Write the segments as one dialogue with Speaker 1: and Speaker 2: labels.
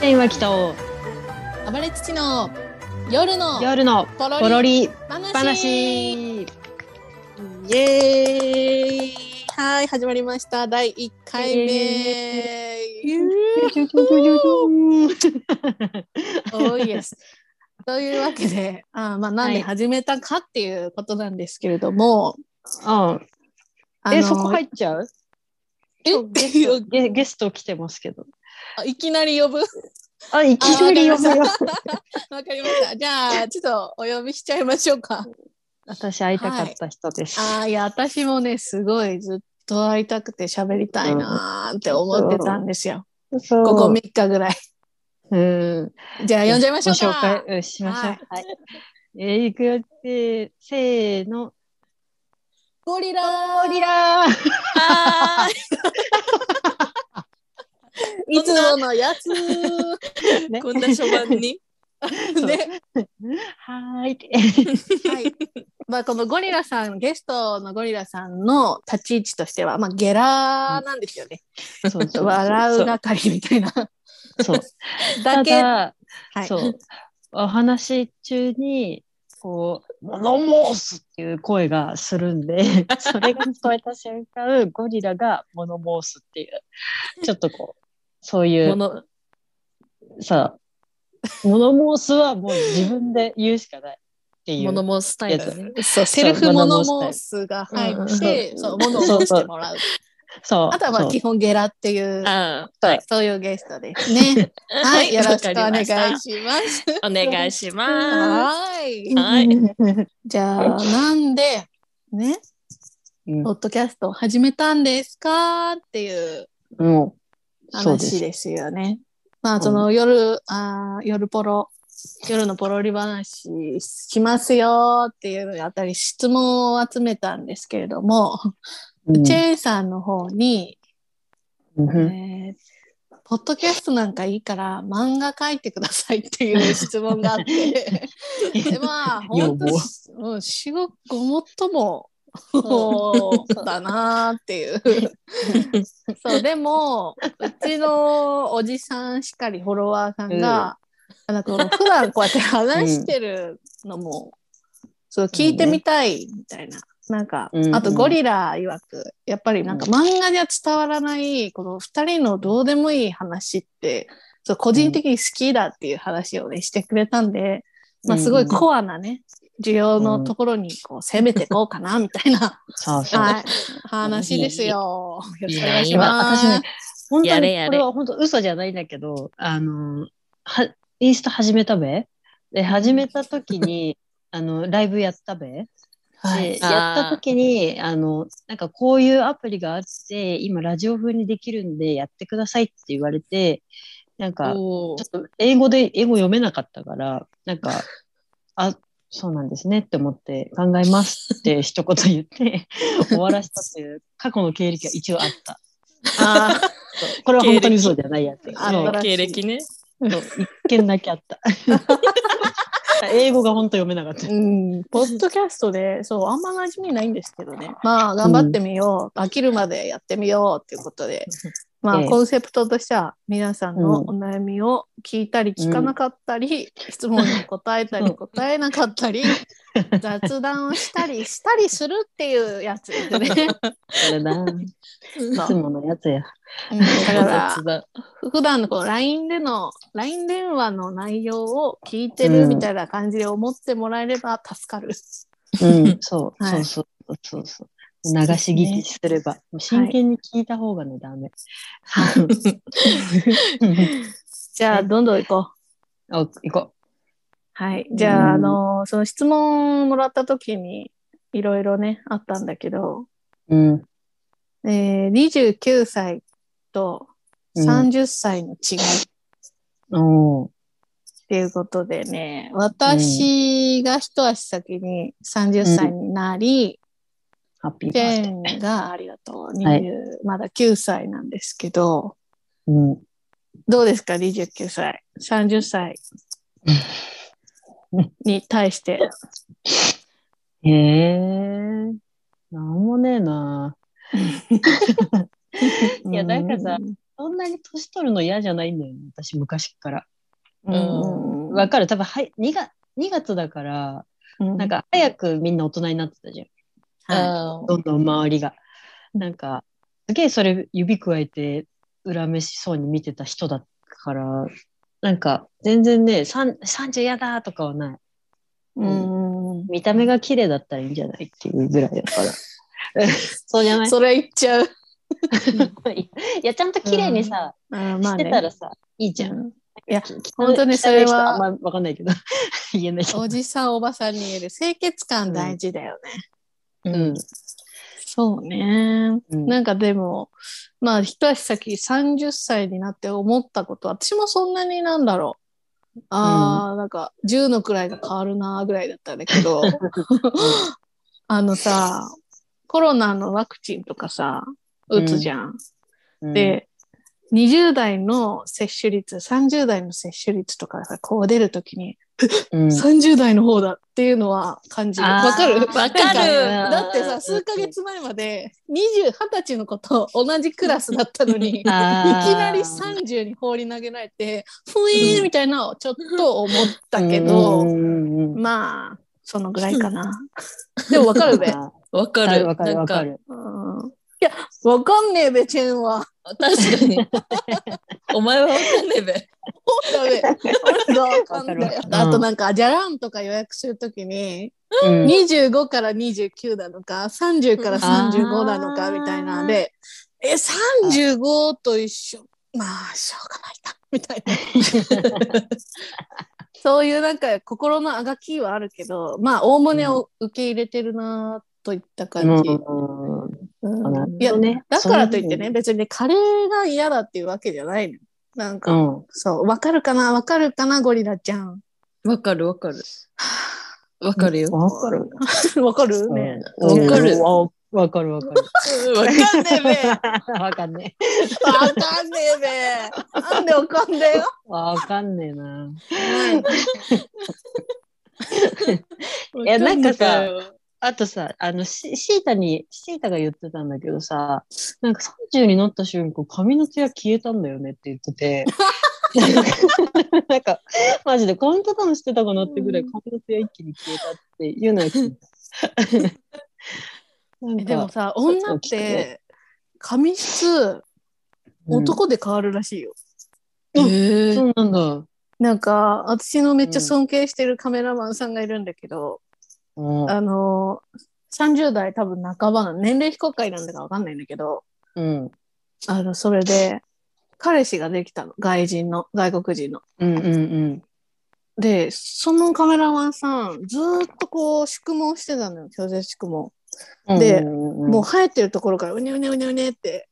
Speaker 1: 天は北を
Speaker 2: 暴れ父の夜の
Speaker 1: 夜の
Speaker 2: ポロリ
Speaker 1: ポロリ
Speaker 2: 話
Speaker 1: 話
Speaker 2: イエーイはい始まりました第一回目
Speaker 1: イ
Speaker 2: おいですというわけであーまあなん
Speaker 1: は
Speaker 2: で
Speaker 1: い
Speaker 2: 始めたかっていうことなんですけれども、
Speaker 1: うん
Speaker 2: あ
Speaker 1: え
Speaker 2: の
Speaker 1: そこ入っちゃう
Speaker 2: え
Speaker 1: 今日ゲストゲゲスト来てますけど
Speaker 2: あいきなり呼ぶわ
Speaker 1: あいきなり呼ぶよ
Speaker 2: かりましたじゃあちょっとお呼びしちゃいましょうか
Speaker 1: 私会いたかった人です、
Speaker 2: あーいや私もねすごいずっと会いたくて喋りたいなーって思ってたんですよ、
Speaker 1: そう
Speaker 2: ここ3日ぐらい
Speaker 1: うん
Speaker 2: じゃあ呼んじゃいましょうか
Speaker 1: ご紹介うんしましょう
Speaker 2: は
Speaker 1: はい
Speaker 2: い、
Speaker 1: えー、いくよってせーの
Speaker 2: ゴリラ
Speaker 1: ゴリラー
Speaker 2: はーいいつものやつ
Speaker 1: ね
Speaker 2: こんな初版に。
Speaker 1: そう
Speaker 2: ね、
Speaker 1: はーいって
Speaker 2: はい。まあこのゴリラさんゲストのゴリラさんの立ち位置としてはまあゲラーなんですよね。
Speaker 1: そうそう
Speaker 2: 笑う係みたいな
Speaker 1: そう
Speaker 2: だけ。
Speaker 1: ただ
Speaker 2: はい
Speaker 1: そうお話し中にこう「物申す!」っていう声がするん でそれが聞こえた瞬間ゴリラが物申すっていうちょっとこうそうい
Speaker 2: も
Speaker 1: う
Speaker 2: の
Speaker 1: さ物申すはもう自分で言うしかないっていう。
Speaker 2: 物申すタイプね。そうセ
Speaker 1: そう
Speaker 2: ルフ物
Speaker 1: 物
Speaker 2: 申
Speaker 1: 申
Speaker 2: すが入
Speaker 1: うんう
Speaker 2: っ
Speaker 1: ん
Speaker 2: て、そう物
Speaker 1: そう
Speaker 2: 申してもらう。
Speaker 1: そう
Speaker 2: あとはまあ基本ゲラっていう
Speaker 3: あ
Speaker 1: そう
Speaker 2: そういうゲストですね。は、
Speaker 3: はいい
Speaker 2: よろしくお願いし
Speaker 3: わかり
Speaker 2: ま
Speaker 3: ま
Speaker 2: す。
Speaker 3: お願いしま
Speaker 2: はい。
Speaker 3: はい
Speaker 2: じゃあなんでね、
Speaker 1: うん
Speaker 2: ポッドキャストを始めたんですかっていう
Speaker 1: もうそうで
Speaker 2: 話
Speaker 1: す。
Speaker 2: ですよね。まあその夜、あー夜ポロ夜のポロリ話しますよっていうのにあたり質問を集めたんですけれども、
Speaker 1: うん
Speaker 2: チェーンさんの方に、
Speaker 1: うん
Speaker 2: えーポッドキャストなんかいいから漫画書いてくださいっていう質問があ って。でまあ、
Speaker 1: 要
Speaker 2: 本当
Speaker 1: 望
Speaker 2: し、うん、至極ごもっとも、そうだなーっ ていう。そう、でも、うちのおじさんしっかりフォロワーさんが、あなんかこの普段こうやって話してるのも、そう、聞いてみたいみたいな。なんか、
Speaker 1: うん
Speaker 2: あとゴリラ曰く、やっぱりなんか漫画では伝わらない、この二人のどうでもいい話って、そう個人的に好きだっていう話をね、してくれたんで、まあすごいコアなね、需要のところにこう攻めていこうかな、みたいな、
Speaker 1: そうそう。
Speaker 2: はい、話ですよ。よろしくお願いしま
Speaker 1: 私
Speaker 2: す。
Speaker 1: ね、本当
Speaker 3: やれ
Speaker 1: に
Speaker 3: やれ
Speaker 1: これは本当嘘じゃないんだけど、あの、はインスタ始めたべで、始めた時に、あの、ライブやったべ
Speaker 2: はい
Speaker 1: で、やった時に、あの、なんかこういうアプリがあって、今ラジオ風にできるんでやってくださいって言われて、なんか、
Speaker 2: おー
Speaker 1: ちょっと英語で、英語読めなかったから、なんか、あ、そうなんですねって思って考えますって一言言って終わらせたっていう過去の経歴が一応あった。
Speaker 2: あ
Speaker 1: そうこれは本当にそうじゃないやつ。
Speaker 2: あ
Speaker 1: そ
Speaker 2: の
Speaker 1: う
Speaker 2: 新しい
Speaker 3: 経歴ね。
Speaker 1: そう一件だけあった。 英語が本当読めなかった
Speaker 2: ー。うん、ポッドキャストで、そう、あんま馴染みないんですけどね。まあ、頑張ってみよう。飽きるまでやってみようということで。まあ、
Speaker 1: ええ
Speaker 2: コンセプトとしては、皆さんの
Speaker 1: うん
Speaker 2: お悩みを聞いたり聞かなかったり、質問に答えた
Speaker 1: う
Speaker 2: り
Speaker 1: ん
Speaker 2: 答えなかったり、雑談をしたりしたりするっていうやつ ですね。
Speaker 1: それだ。い
Speaker 2: そ
Speaker 1: つ
Speaker 2: う
Speaker 1: ものやつや。
Speaker 2: うんだから
Speaker 3: 雑、だ
Speaker 2: 普段のこう LINE での LINE 電話の内容を聞いてるみたいな感じで思ってもらえれば助かる。
Speaker 1: うん、そう、
Speaker 2: はい
Speaker 1: そうそうそうそう。流し聞きすれば、もう真剣に聞いた方がね、ダメ。
Speaker 2: じゃあどんどん行こう。
Speaker 1: あ、行こ
Speaker 2: はい。じゃあ、
Speaker 1: うん
Speaker 2: あのその質問もらった時にいろいろねあったんだけど、
Speaker 1: う。うん。
Speaker 2: えー、29歳と30歳の違い
Speaker 1: おー
Speaker 2: っていうことでね、私が一足先に30歳になり、
Speaker 1: ハッピー
Speaker 2: ジ
Speaker 1: バー
Speaker 2: ェ
Speaker 1: スデー。
Speaker 2: ーンがありがとう、20
Speaker 1: はい
Speaker 2: まだ9歳なんですけど、
Speaker 1: うん。
Speaker 2: どうですか、29歳、30歳に対して。
Speaker 1: へえー、 なんもねえな。いやなんかさ
Speaker 2: う
Speaker 1: そそんなに年取るの嫌じゃないんだよね、私、昔から。
Speaker 2: うん
Speaker 1: わかる、多分はい2月、2月だから、なんか早くみんな大人になってたじゃん。
Speaker 3: は
Speaker 1: どんどん周りが。なんか、すげえそれ指くわえて恨めしそうに見てた人だから、なんか全然ね、さん30やだとかはない。
Speaker 2: うん
Speaker 1: 見た目が綺麗だったらいいんじゃないっていうぐらいだから。 そうじゃない
Speaker 2: それ言っちゃう。
Speaker 1: いや、ちゃんと綺麗にさ、
Speaker 2: あ
Speaker 1: してたらさ、いいじゃん。
Speaker 2: うんいや
Speaker 1: 汚い、
Speaker 2: 本当にそ
Speaker 1: 汚
Speaker 2: れは
Speaker 1: い人あんまわかんないけど、 言えないけど。
Speaker 2: おじさんおばさんに言える清潔感大事だよね。
Speaker 1: うん。
Speaker 2: そうね。
Speaker 1: うん
Speaker 2: なんかでもまあ一足先30歳になって思ったこと私もそんなになんだろうあー、なんか10のくらいが変わるなーぐらいだったんだけど あのさコロナのワクチンとかさ打つじゃん。
Speaker 1: うん、
Speaker 2: で20代の接種率30代の接種率とかさこう出るときに
Speaker 1: うん、
Speaker 2: 30代の方だっていうのは感じる。
Speaker 1: あー
Speaker 2: わかる
Speaker 1: わ
Speaker 3: かる
Speaker 2: なん
Speaker 1: うん
Speaker 2: だってさ、数ヶ月前まで20、20歳の子と同じクラスだったのに、いき
Speaker 1: あー
Speaker 2: なり30に放り投げられて、ふいーんみたいなのをちょっと思ったけ
Speaker 1: うん
Speaker 2: ど、
Speaker 1: うんうん
Speaker 2: まあ、そのぐらいかな。でもわかる べ。
Speaker 1: あ
Speaker 3: い。わか
Speaker 1: ー
Speaker 3: る。
Speaker 1: わかる
Speaker 3: な
Speaker 1: わ
Speaker 3: ん
Speaker 1: か。る。
Speaker 2: うんいや、わかんねえべ、チェンは。
Speaker 3: 確かに。お前はわかんねえべ。
Speaker 2: だべ。 俺がわかん
Speaker 1: わか
Speaker 2: だ
Speaker 1: る
Speaker 2: よ
Speaker 1: わ。かる
Speaker 2: あとなんか、じゃらんとか予約するときに、
Speaker 1: うん
Speaker 2: 25から29なのか30から35なのか
Speaker 3: うん
Speaker 2: みたいなんで、え35と一緒まあしょうがないなみたいな そういうなんか心のあがきはあるけどまあおおむねを受け入れてるなといった感じ、
Speaker 1: うん
Speaker 2: うん
Speaker 1: なるほどね
Speaker 2: いやだからといっ
Speaker 1: そういうふう
Speaker 2: てね
Speaker 1: に
Speaker 2: 別にカレーが嫌だっていうわけじゃないのなんか、
Speaker 1: うん
Speaker 2: そうわかるかなわかるかなゴリラちゃん
Speaker 3: わかるわかる。わかるよ。
Speaker 1: わかる。
Speaker 2: わかるね
Speaker 1: うん
Speaker 3: わかる
Speaker 1: わわかるわかる。
Speaker 3: わかんねえべ。
Speaker 1: わかんねえ。
Speaker 2: わかんねえべなんでわかんねえよ
Speaker 1: わかんねえな。
Speaker 2: い
Speaker 1: いやなんかさ、あとさ、あの、シシータに、シータが言ってたんだけどさ、なんか30になった瞬間、髪の毛が消えたんだよねって言ってて、なんか、マジでコントダウンしてたかなってぐらい髪の毛が一気に消えたっていうのを聞いたなんか
Speaker 2: でもさ、女っ
Speaker 1: そう聞くね
Speaker 2: て髪質、
Speaker 1: うん
Speaker 2: 男で変わるらしいよ。
Speaker 3: え
Speaker 1: そうなんだ。
Speaker 2: なんか、私のめっちゃ尊敬してるカメラマンさんがいるんだけど、
Speaker 1: うん
Speaker 2: あの30代多分半ばの年齢非公開なんだかわかんないんだけど、
Speaker 1: うん。
Speaker 2: あの、それで、彼氏ができたの。外人の、外国人の。
Speaker 1: うんうんうん。
Speaker 2: で、そのカメラマンさん、ずーっとこう、宿毛してたのよ、強制宿毛。でも
Speaker 1: も
Speaker 2: う生えてるところからうねうねうねうねって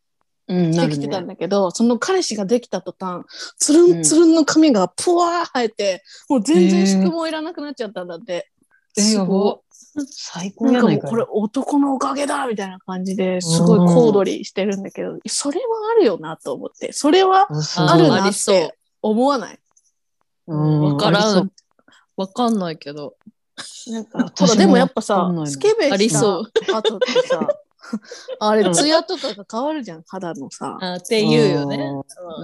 Speaker 1: うん、
Speaker 2: して
Speaker 1: なる
Speaker 2: きて
Speaker 1: ね
Speaker 2: たんだけど、その彼氏ができた途端つるんつるんの髪がぷわー生えて、もう全然宿毛いらなくなっちゃったんだって、
Speaker 1: えー、やば
Speaker 2: ご。
Speaker 1: 最高
Speaker 2: い
Speaker 1: や
Speaker 2: なん
Speaker 1: な
Speaker 2: かもう
Speaker 1: いか
Speaker 2: これ男のおかげだみたいな感じですごい小躍りしてるんだけど、それはあるよなと思ってそれはある
Speaker 3: あ
Speaker 2: な
Speaker 3: り
Speaker 2: っ
Speaker 3: そう
Speaker 2: て思わない
Speaker 1: うん
Speaker 3: わか
Speaker 1: あ
Speaker 3: ら
Speaker 1: り
Speaker 3: ん。わかんないけど。
Speaker 2: なんか
Speaker 1: 私
Speaker 2: ほ
Speaker 1: も
Speaker 2: らでもやっぱ
Speaker 1: わ
Speaker 2: さ
Speaker 1: かんないな
Speaker 2: スケベ
Speaker 3: あり
Speaker 2: した
Speaker 3: そ
Speaker 2: 後って さあ
Speaker 1: う
Speaker 2: れ
Speaker 1: ん
Speaker 2: ツヤとかが変わるじゃん肌のさ。
Speaker 3: あって言うよね。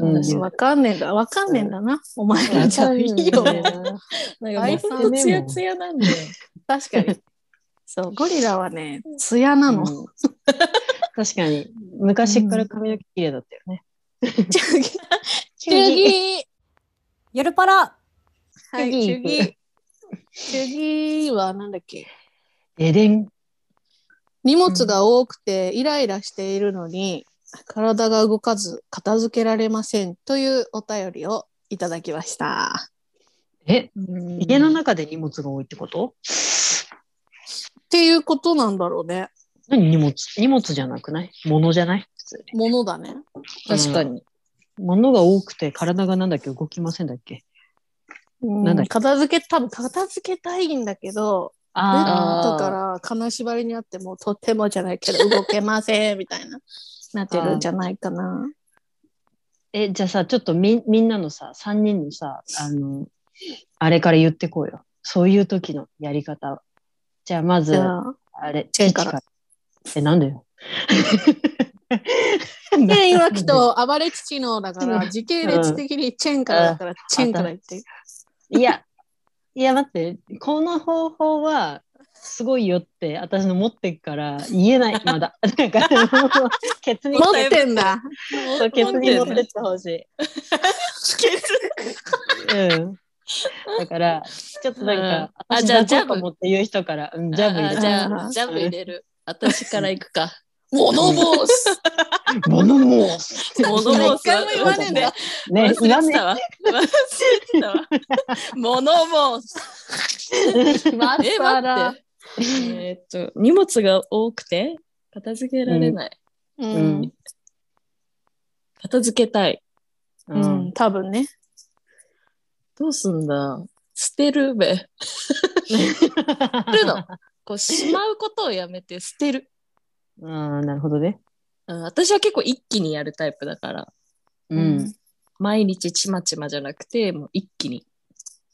Speaker 1: うん
Speaker 2: 私わかんねえんだ。わかんねえんだな。お前
Speaker 1: そう
Speaker 2: らじゃあいいよ。
Speaker 3: なんん
Speaker 2: か
Speaker 3: か
Speaker 2: もう
Speaker 3: もうほんとツヤツヤなんだよ。
Speaker 2: 確かに。そう、ゴリラはね、ツヤなの。
Speaker 1: うん 確かに昔から髪の毛綺麗だったよね。
Speaker 2: 次
Speaker 4: ゆるパラ
Speaker 2: はい、次。 次はなんだっけ
Speaker 1: ででん。
Speaker 2: 荷物が多くてイライラしているのに、体が動かず片付けられませんというお便りをいただきました。
Speaker 1: え家
Speaker 2: 家
Speaker 1: の
Speaker 2: っ
Speaker 1: 中で荷物が多いってこと？
Speaker 2: ていうことなんだろうね。
Speaker 1: 何荷物荷物じゃなくない？物じゃない？普通
Speaker 2: ものだね。
Speaker 1: うん
Speaker 3: 確かに。
Speaker 1: に。物が多くて体がなんだっけ動きませんだっけ？なんだっけ
Speaker 2: 片付け、多分片付けたいんだけど、ベ
Speaker 1: あ
Speaker 3: あ
Speaker 2: ッドから金縛りにあってもうとてもじゃないけど動けませんみたいななってるんじゃないかな。
Speaker 1: えじゃあさちょっとみみんなのさ三人のさあのあれから言ってこうよ。そういう時のやり方。じゃあまず
Speaker 2: じゃあ
Speaker 1: あれ
Speaker 2: チェンから
Speaker 1: 父えなんでよ。
Speaker 2: で、いわきと暴れ父のだから、時系列的にチェンからだから、チェンから言って。
Speaker 1: いや、いや、待って、この方法は、すごいよって、私の持ってっから言え ない、まだ。なんか、もうケツに
Speaker 2: 持ってんだ。
Speaker 1: そうケツに持
Speaker 3: 持
Speaker 1: っ
Speaker 3: ってて
Speaker 1: ってほしい。
Speaker 3: ケツ
Speaker 1: うん。だから、ちょっとなんか、
Speaker 3: うんあ
Speaker 1: 私
Speaker 3: じゃあ
Speaker 1: だとかもって言う人から、うん、ジャブ入れ
Speaker 3: あ
Speaker 1: て
Speaker 3: じ
Speaker 2: あ
Speaker 3: ゃ
Speaker 2: ー
Speaker 3: あ、ジャブ入れる。私から行く か。
Speaker 2: モノボース。
Speaker 1: モノモース。
Speaker 3: モノモース
Speaker 2: 一回も言わねえんだ。
Speaker 1: ね、
Speaker 3: 忘
Speaker 1: 言わ
Speaker 3: れ
Speaker 1: ね
Speaker 3: てたわ。忘れてた わ。モノモース。
Speaker 2: ま
Speaker 3: え、
Speaker 2: さら
Speaker 3: 待って。えーっと、荷物が多くて、片付けられない。
Speaker 1: う
Speaker 2: う
Speaker 1: んん。
Speaker 3: 片付けたい。
Speaker 1: う
Speaker 2: うん ん、多分ね。
Speaker 3: どうすんだ捨てるべ。捨て るの。こう、しまうことをやめて捨てる。
Speaker 1: あーなるほどね。
Speaker 3: うん、私は結構一気にやるタイプだから、
Speaker 1: うん。うん。
Speaker 3: 毎日ちまちまじゃなくて、もう一気に。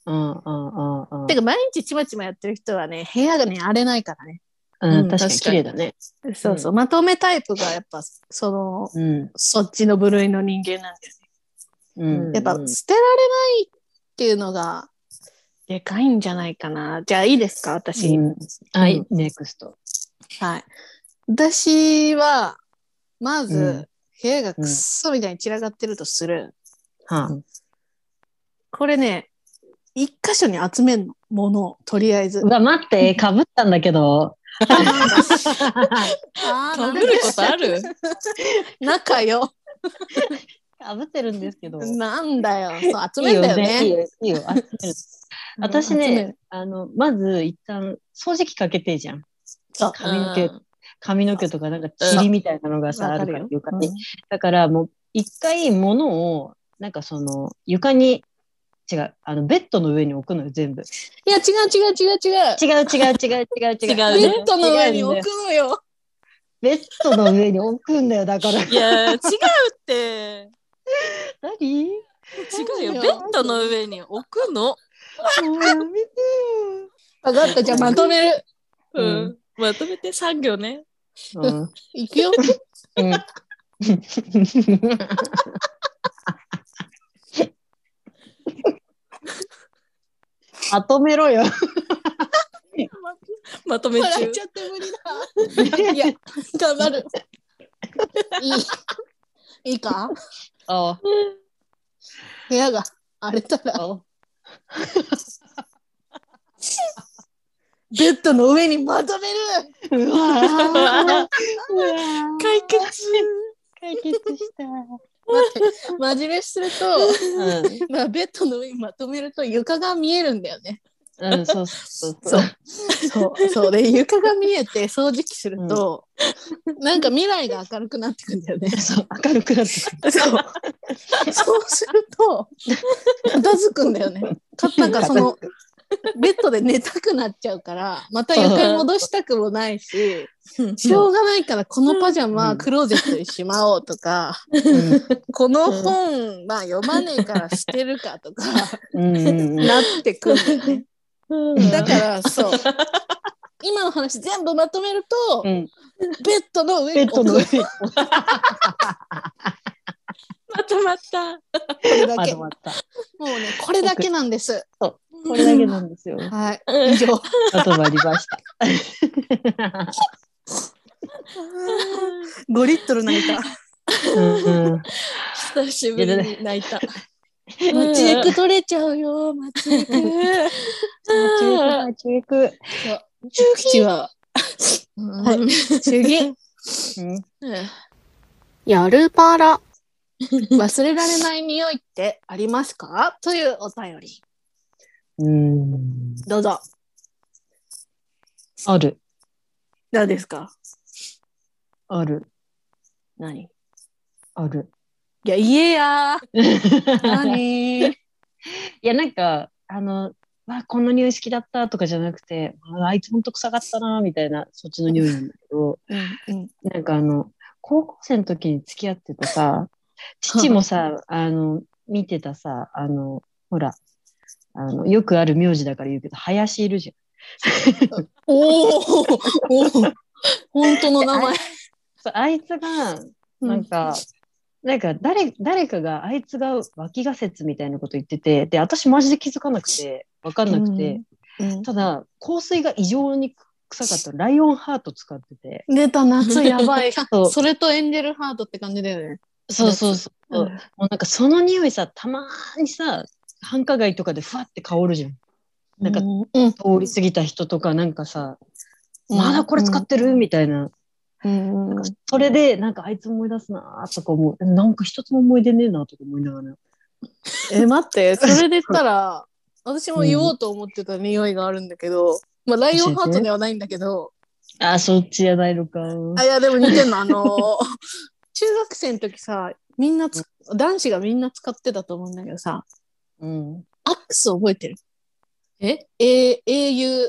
Speaker 1: うん。うん。うん。
Speaker 2: てか、毎日ちまちまやってる人はね、部屋がね、荒れないからね。
Speaker 1: うん、
Speaker 3: う
Speaker 1: 確
Speaker 3: ん
Speaker 1: かに
Speaker 3: 確
Speaker 1: 綺
Speaker 3: かに
Speaker 1: 麗だね。
Speaker 2: そうそう。まとめタイプが、やっぱ、その、
Speaker 1: うん。
Speaker 2: そっちの部類の人間なんですね。
Speaker 1: うん。
Speaker 2: やっぱ
Speaker 3: うん
Speaker 2: 捨てられないっていうのがでかいんじゃないかな。じゃあいいですか私、
Speaker 1: うんはい、ネクスト。
Speaker 2: はい。私はまず、
Speaker 1: うん
Speaker 2: 部屋がくっそみたいに散らかってるとする。
Speaker 1: はあ。
Speaker 2: これね一箇所に集めるのものをとりあえず
Speaker 1: う。わ、待 って、かぶったんだけ ど。か
Speaker 2: あ
Speaker 3: 食べることあ る
Speaker 2: 仲よ。
Speaker 1: ぶってるんですけど。
Speaker 2: なんだよ。そう集
Speaker 1: いい
Speaker 2: めん
Speaker 1: よ
Speaker 2: だよね。
Speaker 1: ね。いいよ、いいよ。 集める
Speaker 2: うん
Speaker 1: 私
Speaker 2: 集め
Speaker 1: ね
Speaker 2: る、
Speaker 1: あの、まず一旦掃除機かけてじゃん。
Speaker 2: そう
Speaker 1: 髪の毛
Speaker 3: う、ん
Speaker 1: 髪の毛とかなんか塵みたいなのがさ、
Speaker 2: わ
Speaker 1: あ
Speaker 2: か
Speaker 1: る
Speaker 2: る
Speaker 1: から
Speaker 2: よ
Speaker 1: 床
Speaker 2: う
Speaker 1: に
Speaker 2: ん。
Speaker 1: だからもう一回物を、なんかその床に、違う、あのベッドの上に置くのよ、全部。
Speaker 2: いや違う違う違う違う。
Speaker 1: 違う違う違う違う違う。
Speaker 3: 違うね
Speaker 2: ベッドの上に置くのよ。
Speaker 1: ベッドの上に置くんだよ、だから。
Speaker 3: いや、違うって。
Speaker 1: 何
Speaker 3: 違うよ。ベッドの上に置くの。
Speaker 1: もうやめて
Speaker 2: 分かった。じゃあまとめる。
Speaker 1: う
Speaker 3: うんん。まとめて産業ね。
Speaker 1: よ。うん
Speaker 2: いくよ。
Speaker 1: うん。まとめろよ。
Speaker 3: まとめ
Speaker 2: 笑っ。
Speaker 3: 中
Speaker 2: ちゃって無理だ。いや、頑張る。 いい。いいか
Speaker 1: あ
Speaker 2: 部屋が荒れたら、
Speaker 1: あ。
Speaker 2: ベッドの上にまとめる
Speaker 1: うわ
Speaker 3: 解決。
Speaker 1: 解決した。
Speaker 2: 真面目する
Speaker 1: う
Speaker 2: と、まあ、ベッドの上にまとめると床が見えるんだよね。
Speaker 1: ん。うん、そうそう
Speaker 2: そ
Speaker 1: そうう。。
Speaker 2: そう。そうで、床が見えて掃除機すると、なんか未来が明るくなってくんだよね。
Speaker 1: そう明るくなってきた。
Speaker 2: そう。そうすると、片付くんだよね。かなんかその、ベッドで寝たくなっちゃうから、また床に戻したくもないし、しょうがないからこのパジャマクローゼットにしまおうとか、この本、まあ読まねえから捨てるかとか、
Speaker 1: うん。うん。うん
Speaker 2: なってくんだよね。だ
Speaker 3: だ、
Speaker 2: からら、そう。今の話全部まとめると、
Speaker 1: うん。
Speaker 2: ベッドの上
Speaker 1: ベ
Speaker 2: に
Speaker 1: ッド
Speaker 2: 置く
Speaker 1: の
Speaker 2: こ
Speaker 1: 上に。
Speaker 3: まとまった。
Speaker 2: れだ
Speaker 1: ま
Speaker 2: け。
Speaker 1: だ
Speaker 2: も
Speaker 1: まだ。
Speaker 2: うね、これだけなんです。
Speaker 1: これだけなんですよ。
Speaker 2: はい。以上。
Speaker 1: まとまりました。
Speaker 2: 5リットル泣いた。
Speaker 1: うんうん
Speaker 3: 久しぶりに泣い た。
Speaker 2: 街行く取れちゃうよ、街行く。
Speaker 1: 街行く街
Speaker 2: 口は。 はい、次。
Speaker 1: 行く。
Speaker 2: やるパ ラ。忘れられない匂いってありますかというお便り。
Speaker 1: うん。
Speaker 2: どうぞ。
Speaker 1: ある。
Speaker 2: 何ですか
Speaker 1: ある。
Speaker 2: 何い
Speaker 1: ある。
Speaker 2: や、言えや。
Speaker 1: い
Speaker 2: 何
Speaker 1: や、なんか、あの、わ、この匂い好きだったとかじゃなくて、ああいつほんと臭かったな、みたいな、そっちの匂いなんだけど、
Speaker 2: うん
Speaker 1: なんかあの、高校生の時に付き合ってたさ、父もさ、あの、見てたさ、あの、ほら、あの、よくある名字だから言うけど、林いるじゃん。
Speaker 2: おおおお本当の名前。
Speaker 1: そうあいつがなんか、なんか誰、誰かが、あいつが脇が説みたいなこと言ってて、で、私マジで気づかなくて、わかんなくて、
Speaker 3: うん
Speaker 1: ただ、香水が異常に臭かったライオンハート使ってて、
Speaker 2: 出た夏やばい
Speaker 1: そう
Speaker 2: それとエンジェルハートって感じだよね
Speaker 1: そうそうそう。
Speaker 2: うん
Speaker 1: もうなんかその匂いさ、たまーにさ、繁華街とかでふわって香るじゃん。なんか
Speaker 2: うんうん
Speaker 1: 通り過ぎた人とかなんかさ、まだこれ使ってる、みたいな。
Speaker 2: うんうん
Speaker 1: それで、なんかあいつ思い出すなーとか思う。なんか一つも思い出ねえなとか思いながら。
Speaker 2: え待ってそれで言った ら私も言おうと思ってた匂いがあるんだけど、まあ、ライオンハートではないんだけど
Speaker 1: あー、そっちやないのか。
Speaker 2: あいやでも似てんのあのー 中学生の時さみんなつ男子がみんな使ってたと思うんだけどさ
Speaker 1: うん。
Speaker 2: アックス覚えてる
Speaker 3: え
Speaker 2: ?AUAUX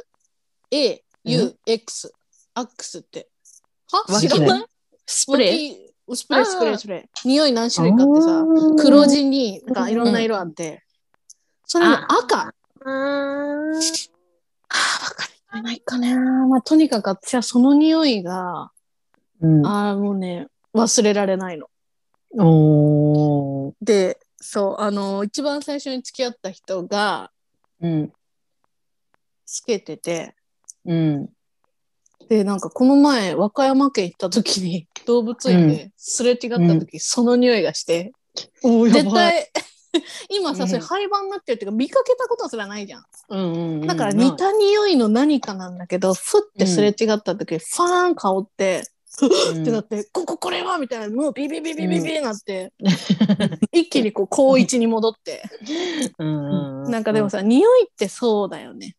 Speaker 1: うん
Speaker 2: アックスっては
Speaker 1: わ
Speaker 2: 知
Speaker 1: け
Speaker 2: ら
Speaker 1: ない
Speaker 2: ない
Speaker 3: ス
Speaker 2: スプ
Speaker 3: プレー
Speaker 2: レースプレースプレースプレー匂い何種類かあってさ
Speaker 1: あー
Speaker 2: 黒地になんかいろんな色あって、それに赤ああ分かってないかねまあとにかく私はその匂いが
Speaker 1: うん、
Speaker 2: ああもうね忘れられないの。
Speaker 1: おー
Speaker 2: でそうあの一番最初に付き合った人が
Speaker 1: うん。
Speaker 2: つけてて
Speaker 1: うん。
Speaker 2: でなんかこの前和歌山県行った時に 動物園ですれ違った時、その匂いがして
Speaker 1: おー
Speaker 2: 絶。対 今さそれ
Speaker 1: うん
Speaker 2: 廃盤になってるっていうか見かけたことすらないじゃん。
Speaker 1: うんうんうん、
Speaker 2: だから似た匂いの何かなんだけど、ふってすれ違った時、ファーン香って、
Speaker 1: うん
Speaker 2: ってなって、こここれはみたいな、もうビビビビビビな って、一気にこう、高一に戻って。
Speaker 1: うんうんう
Speaker 2: なんかでも、さ、匂いってそうだよね。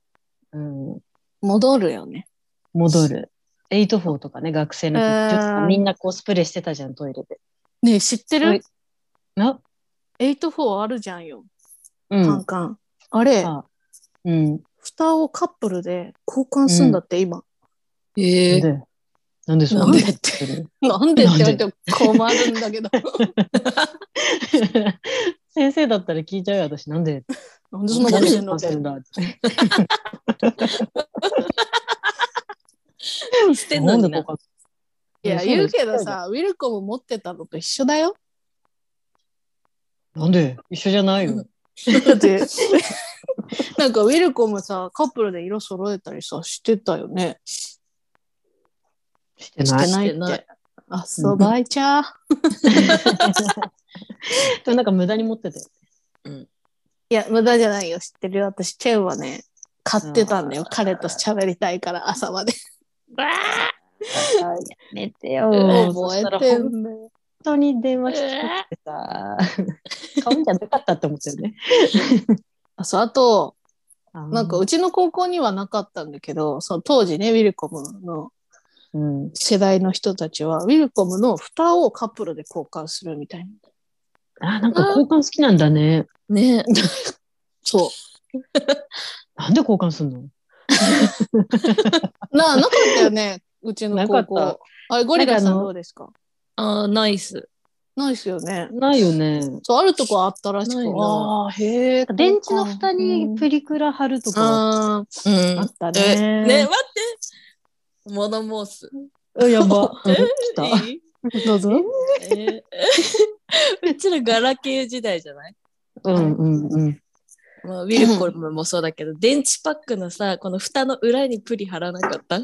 Speaker 1: うん、
Speaker 2: 戻るよね。
Speaker 1: 戻る。エイトフォーとかね、学生の時、
Speaker 2: えー
Speaker 1: ちょっとみんなこうスプレーしてたじゃん、トイレで。
Speaker 2: ねえ知って
Speaker 1: はい
Speaker 2: る
Speaker 1: な、
Speaker 2: ?84 あるじゃんよ、
Speaker 1: う
Speaker 2: カン
Speaker 1: ん。
Speaker 2: カン。あれ、
Speaker 1: あうん。
Speaker 2: 蓋をカップルで交換すんだって、今。
Speaker 3: えー
Speaker 1: で、なんでそ
Speaker 3: なんで
Speaker 1: な
Speaker 3: って
Speaker 1: 知って
Speaker 2: なんでって言われても困るんだけど。
Speaker 1: る 先生だったら聞いちゃうよ、私。なんで
Speaker 2: なんでそんなことしてんの
Speaker 1: なん
Speaker 2: っ
Speaker 1: でそ
Speaker 2: て
Speaker 1: ん。 なことしてんだって
Speaker 3: 捨てんのに
Speaker 1: なん
Speaker 3: な
Speaker 1: でこうか
Speaker 2: いや、言うけどさ、ウィルコム持ってたのと一緒だよ。
Speaker 1: なんで一緒じゃないよ。
Speaker 2: だって、 なんかウィルコムさ、カップルで色揃えたりさ、してたよね。
Speaker 1: して
Speaker 2: し
Speaker 1: ない
Speaker 2: て。ない
Speaker 3: して
Speaker 2: っ
Speaker 3: な
Speaker 2: て
Speaker 3: い。
Speaker 2: あ、そう、バイチャー。
Speaker 1: でもなんか無駄に持ってたよ。
Speaker 2: いや、無駄じゃないよ、知ってるよ。私、チェンはね、買ってたんだよ。彼と喋りたいから、朝まで。
Speaker 1: やめてよ
Speaker 2: 覚えてんだよ。
Speaker 1: 本当に電話しつこくて さ、買うんじゃなかったって思ったよね。
Speaker 2: あそうあと、
Speaker 1: な
Speaker 2: なんか、うちの高校にはなかったんだけど、その当時ね、ウィルコムの
Speaker 1: うん、
Speaker 2: 世代の人たちは、ウィルコムの蓋をカップルで交換するみたいな。
Speaker 1: あ、なんか交換好きなんだね。
Speaker 3: ね
Speaker 2: そう。
Speaker 1: なんで交換すんの
Speaker 2: なあ、なかったよね、 うちの高
Speaker 1: なかっ
Speaker 2: 校。あれ、ゴリラ
Speaker 1: な
Speaker 2: さ
Speaker 1: んんかあの
Speaker 2: どうですか
Speaker 3: あーナイス。
Speaker 2: ないですよね。
Speaker 1: ないよね。なん
Speaker 2: そう、あるとこあったらしく。
Speaker 3: ないな
Speaker 2: ああ、へえ
Speaker 1: か。電池の蓋にプリクラ貼るとか。
Speaker 2: あー
Speaker 3: うん。
Speaker 2: あった
Speaker 3: え
Speaker 2: ね。
Speaker 3: ね、待って。モノ申す。
Speaker 1: あやば。うん来た。
Speaker 3: い い
Speaker 1: どうぞ。
Speaker 3: えー うちらガラケー時代じゃない、
Speaker 1: うんうんうん。
Speaker 3: まあ、ウィルコムもそうだけど、電池パックのさ、この蓋の裏にプリ貼らなかった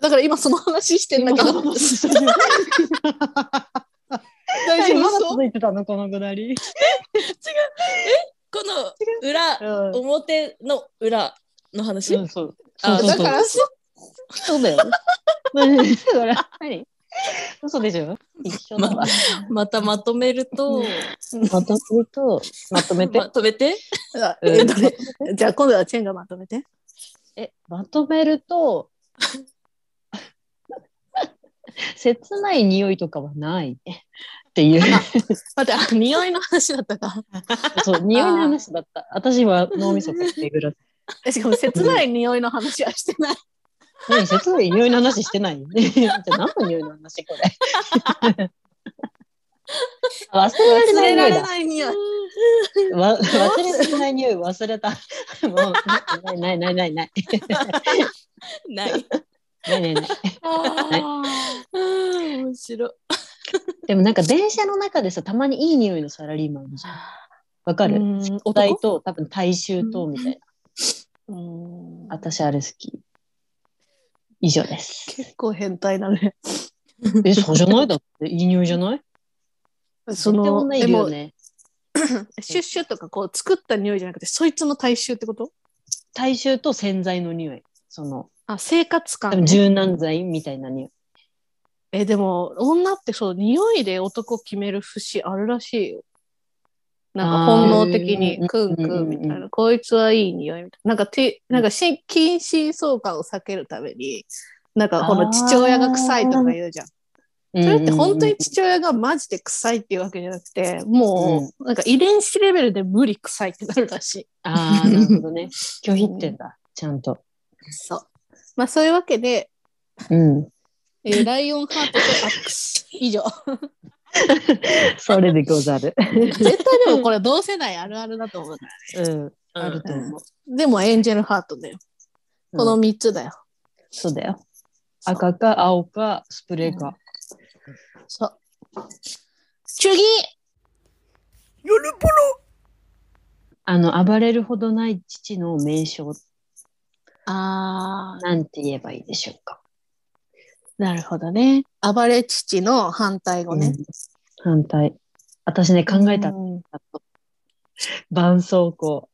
Speaker 2: だから今その話してんだけど、
Speaker 1: 今
Speaker 2: 大丈
Speaker 1: まだ
Speaker 2: 夫そう
Speaker 1: 続いてたのこのぐだり。
Speaker 3: この裏、
Speaker 1: うん
Speaker 3: 表の裏の話、
Speaker 1: うんそう。
Speaker 3: あ
Speaker 1: そうそう
Speaker 2: だ
Speaker 1: そ
Speaker 2: か
Speaker 1: う
Speaker 2: らそ
Speaker 1: そうだよ。何それ何嘘でしょ一緒だわ。
Speaker 3: またまとめると、
Speaker 1: まとめると、まとめて。
Speaker 3: まとめて。
Speaker 2: う。あえどれじゃあ今度はチェンがまとめて。
Speaker 1: え、まとめると、切ない匂いとかはないっていう。
Speaker 2: 待って、あ匂いの話だったか。
Speaker 1: そう、匂いの話だった。私は脳みそかってぐらい。
Speaker 2: えしかも切ない匂いの話はしてない。
Speaker 1: 何、切ない匂いの話してない じゃあ何の匂いの話これ。 忘れ
Speaker 2: 忘
Speaker 1: られ
Speaker 2: れ
Speaker 1: な
Speaker 2: ら
Speaker 1: い
Speaker 2: れ
Speaker 1: 匂いだ。
Speaker 2: ない匂い。
Speaker 1: わ忘れられない匂い忘 れた。もう、ないないないない。
Speaker 3: ない。
Speaker 1: ないないない。
Speaker 2: あー
Speaker 3: あー面白い。
Speaker 1: でもなんか電車の中でさ、たまにいい匂いのサラリーマンいるじゃん。わかる
Speaker 3: うん
Speaker 1: 世代と多分大衆とみたいな。
Speaker 2: うん
Speaker 1: 私あれ好き。以上 です。
Speaker 2: 結構変態だね。
Speaker 1: え、そうじゃないだって、いい匂いじゃない
Speaker 2: そ
Speaker 1: 絶対
Speaker 2: の、
Speaker 1: 女い
Speaker 2: で
Speaker 1: るよ
Speaker 2: も、
Speaker 1: ね。
Speaker 2: シュッシュとかこう作った匂いじゃなくて、そいつの体臭ってこと
Speaker 1: 大衆と洗剤の匂い。その、
Speaker 2: あ、生活
Speaker 1: 多
Speaker 2: 感
Speaker 1: 分
Speaker 2: ね。
Speaker 1: 柔軟剤みたいな匂い。
Speaker 2: え、でも、女ってそう、匂いで男決める節あるらしいよ。なんか
Speaker 1: あー
Speaker 2: 本能的に
Speaker 1: うん
Speaker 2: クンクンみた
Speaker 1: う
Speaker 2: い
Speaker 1: んうん
Speaker 2: な。こいつはいい匂いみたいな。なんかて、なんかし、近親相関を避けるために、なんかこ
Speaker 1: あー
Speaker 2: の父親が臭いとか言うじゃん。それって本当に父親がマジで臭いっていうわけじゃなくて、もう、なんか遺伝子レベルで無理臭いってなるらしい。
Speaker 1: ああ、なるほどね。拒否ってんだ、ちゃんと。
Speaker 2: そう。まあそういうわけで、
Speaker 1: うん。
Speaker 2: えーライオンハートとアックス。以上。
Speaker 1: それでござる。
Speaker 2: 絶対でもこれ同世代あるあるだと思う。
Speaker 1: うん。あると思う。
Speaker 2: でもエンジェルハートだよ。この
Speaker 1: うん
Speaker 2: 3つだよ。
Speaker 1: そうだよ。赤か青かスプレーか。
Speaker 2: そう。次
Speaker 1: あの、暴れるほどない父の名称、
Speaker 2: あ
Speaker 1: なんて言えばいいでしょうか。
Speaker 2: ー、なるほどね。暴れ父の反対語ね。
Speaker 1: うん反対。私ね、考えた
Speaker 2: う。ん
Speaker 1: 絆創膏。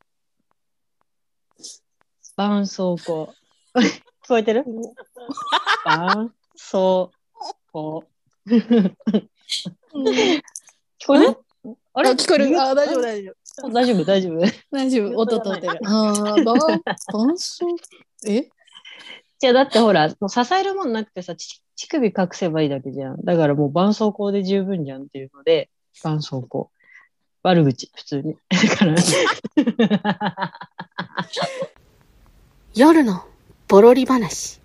Speaker 1: 絆創膏。 聞こえてる絆創膏。 聞こえるあ
Speaker 2: あ
Speaker 1: れ
Speaker 2: 聞こえる。あー、大丈夫、
Speaker 1: 夫。
Speaker 2: 大丈
Speaker 1: 大丈夫、
Speaker 2: 夫。
Speaker 1: 大丈夫。
Speaker 2: 大丈夫。音立てる。あー、ばん、ばんそう。え
Speaker 1: じゃあだってほら、もう支えるもんなくてさ、ち乳首隠せばいいだけじゃん。だからもう絆創膏で十分じゃんっていうので、絆創膏。悪口、普通に。だから。
Speaker 5: 夜のぼろり話。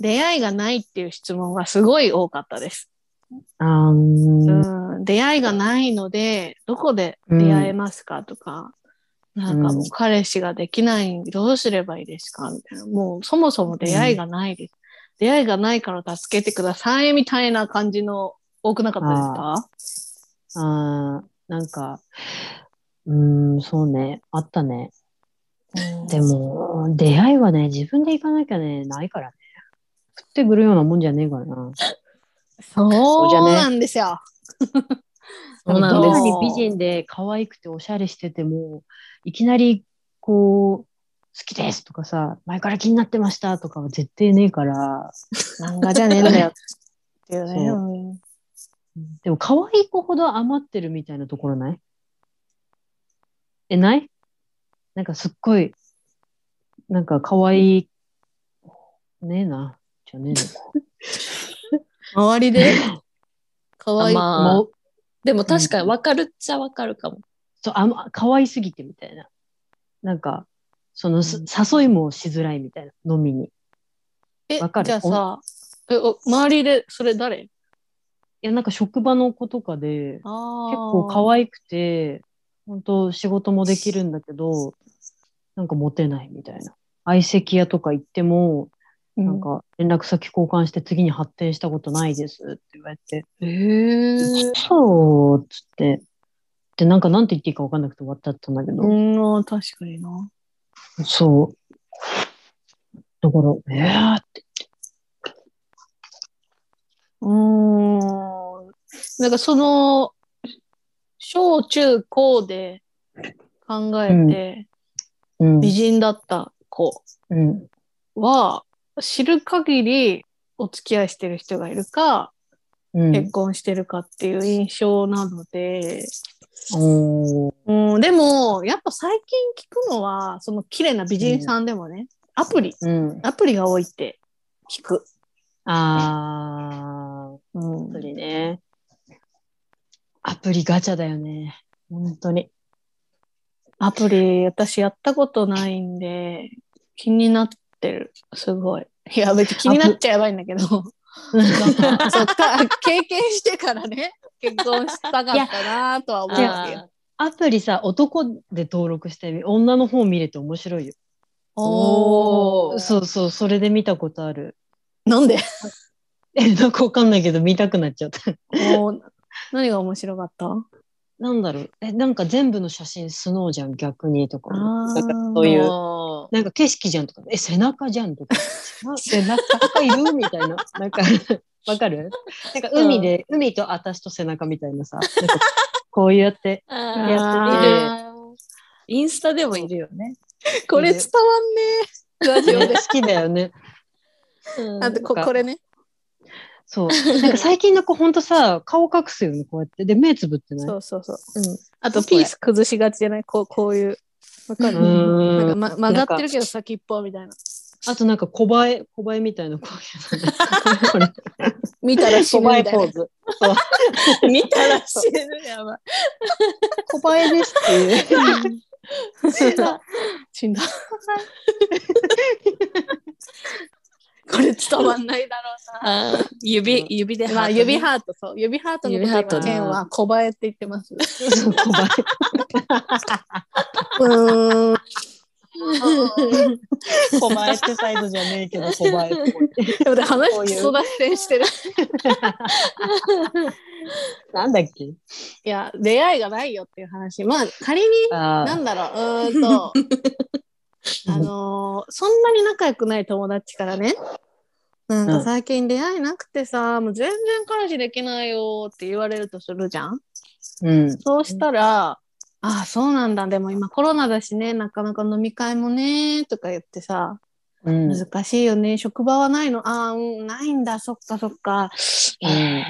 Speaker 2: 出会いがないっていう質問がすごい多かったです。
Speaker 1: あー
Speaker 2: う
Speaker 1: うん
Speaker 2: ん、出会いがないので、どこで出会えますかとか、なんかもう彼氏ができない、どうすればいいですかみたいな。もうそもそも出会いがないです。出会いがないから助けてくださいみたいな感じの多くなかったですか
Speaker 1: あーなんか、うーん、そうね、あったね。でも、出会いはね、自分で行かなきゃね、ないからね。降ってくるようなもんじゃねえからな。
Speaker 2: そう
Speaker 1: じゃね
Speaker 2: なんですよ。
Speaker 1: そ
Speaker 2: そうう
Speaker 1: な
Speaker 2: なんん
Speaker 1: で。
Speaker 2: ですす
Speaker 1: どんなに美人で可愛くておしゃれしてても、いきなり、こう、好きですとかさ、前から気になってましたとかは絶対ねえから、
Speaker 2: 漫画じゃねえんだよ。っていうね
Speaker 1: そ
Speaker 2: うん
Speaker 1: でも可愛い子ほど余ってるみたいなところないえ、ないなんかすっごい、なんか可愛い、ねえな、じゃねえのか。
Speaker 2: 周り で、かわいい。
Speaker 3: まあ
Speaker 1: も、う
Speaker 3: でも確かに分かるっちゃ分かるかも。
Speaker 1: そう、あま、可愛すぎてみたいな。なんか、その、す誘いもしづらいみたいな、飲みに。
Speaker 2: え
Speaker 1: わかる
Speaker 2: じゃあさ、えお周りで、それ誰
Speaker 1: いや、なんか職場の子とかで、
Speaker 2: あ
Speaker 1: 結構可
Speaker 2: い
Speaker 1: 愛くて、本当仕事もできるんだけど、なんかモテないみたいな。相席屋とか行っても、
Speaker 2: い
Speaker 1: なんか連絡先交換して次に発展したことないですって言われて、
Speaker 2: へえ。
Speaker 1: そうっつって、で、なんかなんて言っていいか分かんなくて終わっちゃったんだけど、
Speaker 2: うん、あ確かにな。
Speaker 1: そう。だから、えーって。
Speaker 2: うーん。なんかその、小中高で考えて、
Speaker 1: うん。
Speaker 2: 美人だった子
Speaker 1: うん。
Speaker 2: は、知る限りお付き合いしてる人がいるか、
Speaker 1: うん
Speaker 2: 結。婚してるかっていう印象なので、
Speaker 1: おー
Speaker 2: うん、でも、やっぱ最近聞くのは、その綺麗な美人さんでもね、アプリ、
Speaker 1: うん。
Speaker 2: アプリが多いって聞く。
Speaker 1: あー、
Speaker 2: うん
Speaker 1: アプリね。アプリガチャだよね。本当に。
Speaker 2: アプリ、私やったことないんで、気になってる。すごい。いや、別に気になっちゃやばいんだけど、なんかそっか、経験してからね、結婚したかったなとは思うわけ
Speaker 3: あ
Speaker 2: よ。
Speaker 1: アプリさ、男で登録してみ、女の方見れて面白いよ。
Speaker 2: おー
Speaker 1: そうそう、それで見たことある。
Speaker 2: なんで
Speaker 1: え、なんかわかんないけど見たくなっちゃった。
Speaker 2: おー何が面白かった
Speaker 1: なんだろう。え、なんか全部の写真スノーじゃん、逆にとか。
Speaker 2: あー
Speaker 1: なんかそういう、
Speaker 3: あ
Speaker 1: なんか景色じゃんとか、え、背中じゃんと か、あ背中いるみたいな。なんか、 わかるなんか海で、海と私と背中みたいなさ、なんかこうやって、
Speaker 3: ー
Speaker 1: やってて
Speaker 3: あーインスタでもいるよね。
Speaker 2: これ伝わんねえ。ラジオ
Speaker 1: ね
Speaker 2: で。
Speaker 1: 好きだよね。
Speaker 2: あとこ、
Speaker 1: なんか
Speaker 2: これね。
Speaker 1: そう。なんか最近の子ほんとさ、顔隠すよね、こうやって。で、目つぶってない。
Speaker 2: そうそうそう。
Speaker 3: うん
Speaker 2: あとピース崩しがちじゃないこうこういう。わかる
Speaker 1: う
Speaker 2: な
Speaker 1: ー
Speaker 2: んか、
Speaker 1: ん。
Speaker 2: ま、曲がってるけど先っぽみたいな。
Speaker 1: あとなんか小映え、小映えみたいなこう いうのねこれ
Speaker 2: 見たら死ぬみたいな。
Speaker 1: ポーズ。そう。
Speaker 3: 見たら死ぬやばい。
Speaker 1: 小映えですっていう。
Speaker 2: 死んだ。死んだ。 これ伝わんないだろうな。
Speaker 3: あー指、指でハートね
Speaker 2: まあ指ハートそう指ハートの
Speaker 3: 指ハー
Speaker 2: こと
Speaker 3: ト
Speaker 2: 今ケ
Speaker 3: ね
Speaker 2: ンは小映えって言ってます。
Speaker 1: そう小映え。
Speaker 2: うーん。
Speaker 1: 小映えってサイズじゃねえけど、小映えっぽい。
Speaker 2: でもね話
Speaker 1: こう
Speaker 2: ク
Speaker 1: いう
Speaker 2: ソ脱線してる。
Speaker 1: なんだっけ
Speaker 2: いや出会いがないよっていう話。まあ仮に
Speaker 1: あ
Speaker 2: なんだろううー んとあのーそんなに仲良くない友達からねなん
Speaker 1: う
Speaker 2: か
Speaker 1: ん
Speaker 2: 最近出会いなくてさ、もう全然彼氏できないよって言われるとするじゃん
Speaker 1: うん。
Speaker 2: そうしたら、ああそうなんだでも今コロナだしねなかなか飲み会もねとか言ってさ
Speaker 1: うん。うん。
Speaker 2: 難しいよね職場はないのああうんないんだそっかそっかえー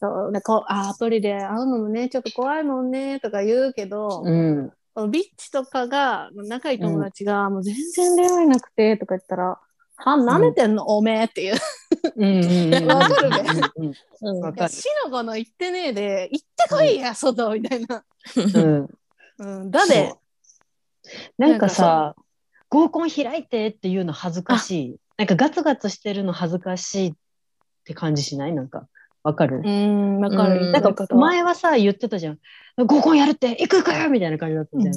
Speaker 2: そうでこうあーアプリで会うのもねちょっと怖いもんねとか言うけど、
Speaker 1: うん。
Speaker 2: このビッチとかが、仲いい友達が、もう全然出会えなくて、とか言ったら、は、舐めてんの、おめえっていう。
Speaker 1: うん。うん。
Speaker 2: わかるね
Speaker 1: ね。
Speaker 3: うん
Speaker 1: わかる
Speaker 2: 死の子の言ってねえで、行ってこいや、外、みたいな。
Speaker 1: うん。
Speaker 2: うん、だで
Speaker 1: そ、なんか
Speaker 2: な
Speaker 1: さ、合コン開いてっていうの恥ずかしい。なんかガツガツしてるの恥ずかしいって感じしないなんか、わかる、
Speaker 2: うん、わか
Speaker 3: う
Speaker 2: る。
Speaker 3: ん
Speaker 1: な
Speaker 2: なんん
Speaker 1: か
Speaker 2: か、
Speaker 1: 前はさ、言ってたじゃん。合コンやるって、行く行くみたいな感じだったじゃ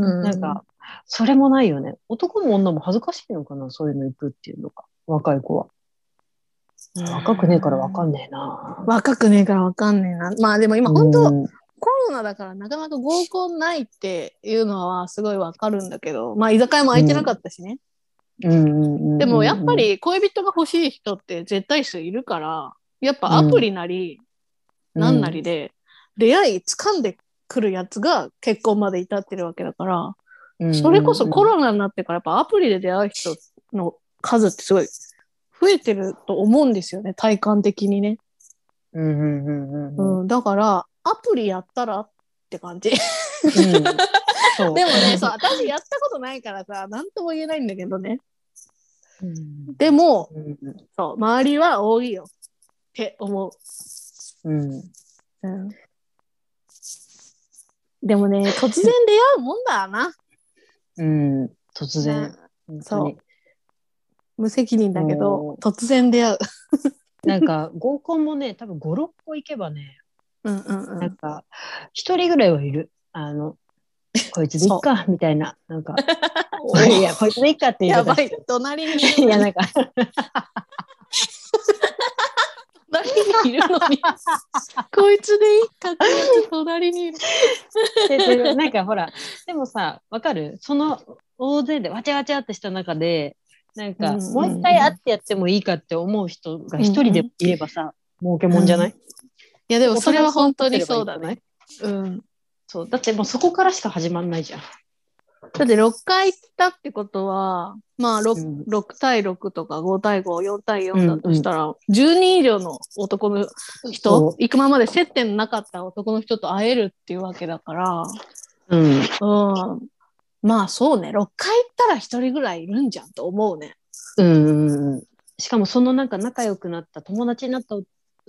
Speaker 1: ん。
Speaker 3: うん
Speaker 1: なんか、それもないよね。男も女も恥ずかしいのかなそういうの行くっていうのが。若い子は。若くねえからわかんねえな。
Speaker 2: 若くねえからわかんねえな。まあでも今、本当、
Speaker 1: うん
Speaker 2: コロナだからなかなか合コンないっていうのはすごいわかるんだけど、まあ居酒屋も空いてなかったしね。
Speaker 1: うんうんうん
Speaker 2: でもやっぱ、り恋人が欲しい人って絶対数いるから、やっぱアプリなり、なんなりで、出会い掴んでくるやつが結婚まで至ってるわけだから、
Speaker 1: うん、
Speaker 2: それこそコロナになってからやっぱアプリで出会う人の数ってすごい増えてると思うんですよね、体感的にね。
Speaker 1: ナ。うんうんうんうんうん。
Speaker 2: うん、だから、アプリやったらって 感じ。で
Speaker 1: そう
Speaker 2: もね、そう、私やったことないからさ、なんとも言えないんだけどね。
Speaker 1: うん
Speaker 2: でも、
Speaker 1: うんうん
Speaker 2: そう、周りは多いよって思う。
Speaker 1: うん、
Speaker 2: うん、でもね、突然出会うもんだな。
Speaker 1: うん、突然、本当
Speaker 2: そう
Speaker 1: に。
Speaker 2: 無責任だけ
Speaker 1: うん
Speaker 2: ど突然出会う。
Speaker 1: なんか合コンもね、多分5、6個行けばね、
Speaker 2: うんうんう
Speaker 1: なん
Speaker 2: ん。
Speaker 1: か一人ぐらいはいる。あの、こいつでいっか、みたいな。なんか、いや、こいつでいっかっていう
Speaker 2: や
Speaker 1: 人
Speaker 2: ば
Speaker 1: たち
Speaker 2: い隣 にい
Speaker 1: い
Speaker 2: る
Speaker 1: や、なんか、
Speaker 2: 隣にいるのにこいつでいいかってやつ隣にいる。
Speaker 1: ででなんかほら、でもさ、わかるその大勢でわちゃわちゃってした中で、なんか、
Speaker 2: うんうんうん
Speaker 1: もう一回会ってやってもいいかって思う人が一人でもいればさ、儲けもんじゃない、
Speaker 2: いやでもそれは本当
Speaker 1: 大
Speaker 2: に
Speaker 1: 人が育て
Speaker 2: そうだ
Speaker 1: ればいい
Speaker 2: ね
Speaker 1: ん。
Speaker 2: うん。
Speaker 1: そう、だってもうそこからしか始まんないじゃん。
Speaker 2: だって6回行ったってことはまあ 6,、
Speaker 1: うん
Speaker 2: 六対6とか5対54対4だとしたら、10人以上の男の人
Speaker 1: そ
Speaker 2: 行くままで接点なかった男の人と会えるっていうわけだから。
Speaker 1: うん。
Speaker 2: うん。まあそうね、6回行ったら1人ぐらいいるんじゃんと思うね。
Speaker 1: うんうんうんしかもそのなんか仲良くなった友達になった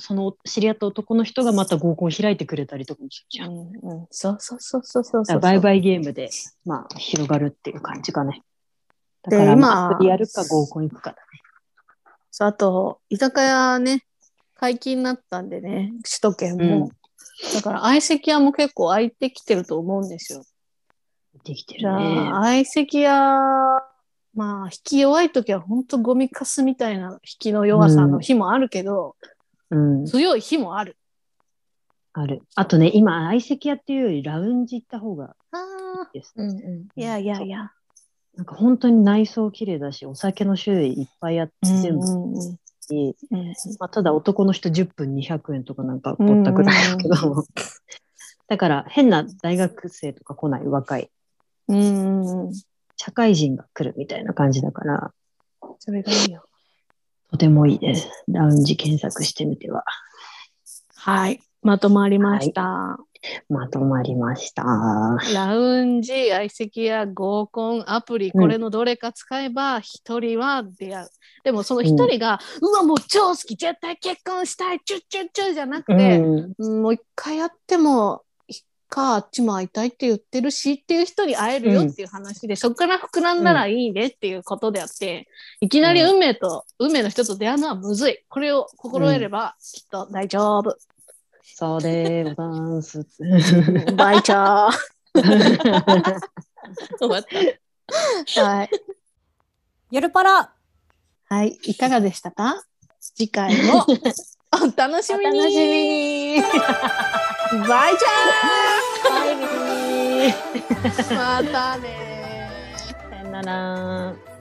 Speaker 1: その知り合った男の人がまた合コン開いてくれたりとかもするじゃん。
Speaker 2: うんうん、そうそうそうそうそうそう。
Speaker 1: だからバイバイゲームで、まあ、広がるっていう感じかね。だ
Speaker 2: で
Speaker 1: から、
Speaker 2: 今
Speaker 1: まあ、やるか合コン行くかだ
Speaker 2: そうあと、居酒屋ね、解禁になったんでね、首都圏も。だから相席屋も結構空いてきてると思うんですよ。
Speaker 1: ね。できて
Speaker 2: じ
Speaker 1: る
Speaker 2: ゃ
Speaker 1: ね
Speaker 2: あ、。相席屋、まあ、引き弱い時は本当ゴミかすみたいな引きの弱さの日もあるけど、
Speaker 1: うん、
Speaker 2: 強い日もある。
Speaker 1: ある。あとね、今、相席屋っていうよりラウンジ行った方が
Speaker 2: ああ、
Speaker 1: いいです。
Speaker 3: うんうん。
Speaker 2: いやいやいや。
Speaker 1: なんか本当に内装綺麗だし、お酒の種類いっぱいあって全部いい。まあ、ただ男の人10分200円とかなんかぼったくらいだけど、だから変な大学生とか来ない若い、
Speaker 2: うん。
Speaker 1: 社会人が来るみたいな感じだから、
Speaker 2: それがいいよ。
Speaker 1: とてもいいです。ラウンジ検索してみては。
Speaker 2: はい。まとまりました。
Speaker 1: まとまりました。
Speaker 2: ラウンジ、相席や合コン、アプリ、
Speaker 1: うん
Speaker 2: これのどれか使えば、一人は出会う。でも、その一人が、うわ、もう超好き、絶対結婚したい、チュッチュッチュッじゃなくて、
Speaker 1: うん
Speaker 2: うんもう一回やっても、いっか、あっちも会いたいって言ってるしっていう人に会えるよっていう話で、そこから膨らんだらいいねっていうことであって、いきなり運命と、運命の人と出会うのはむずい。これを心得れば、きっと大丈夫。
Speaker 1: そうでござんす。
Speaker 2: バイチャー。
Speaker 3: 終わった。
Speaker 2: はい。
Speaker 4: ゆるパラ
Speaker 2: はい、いかがでしたか次回 もお楽しみに
Speaker 1: お楽し
Speaker 2: バイチャーバイビー またねー
Speaker 1: さよなら。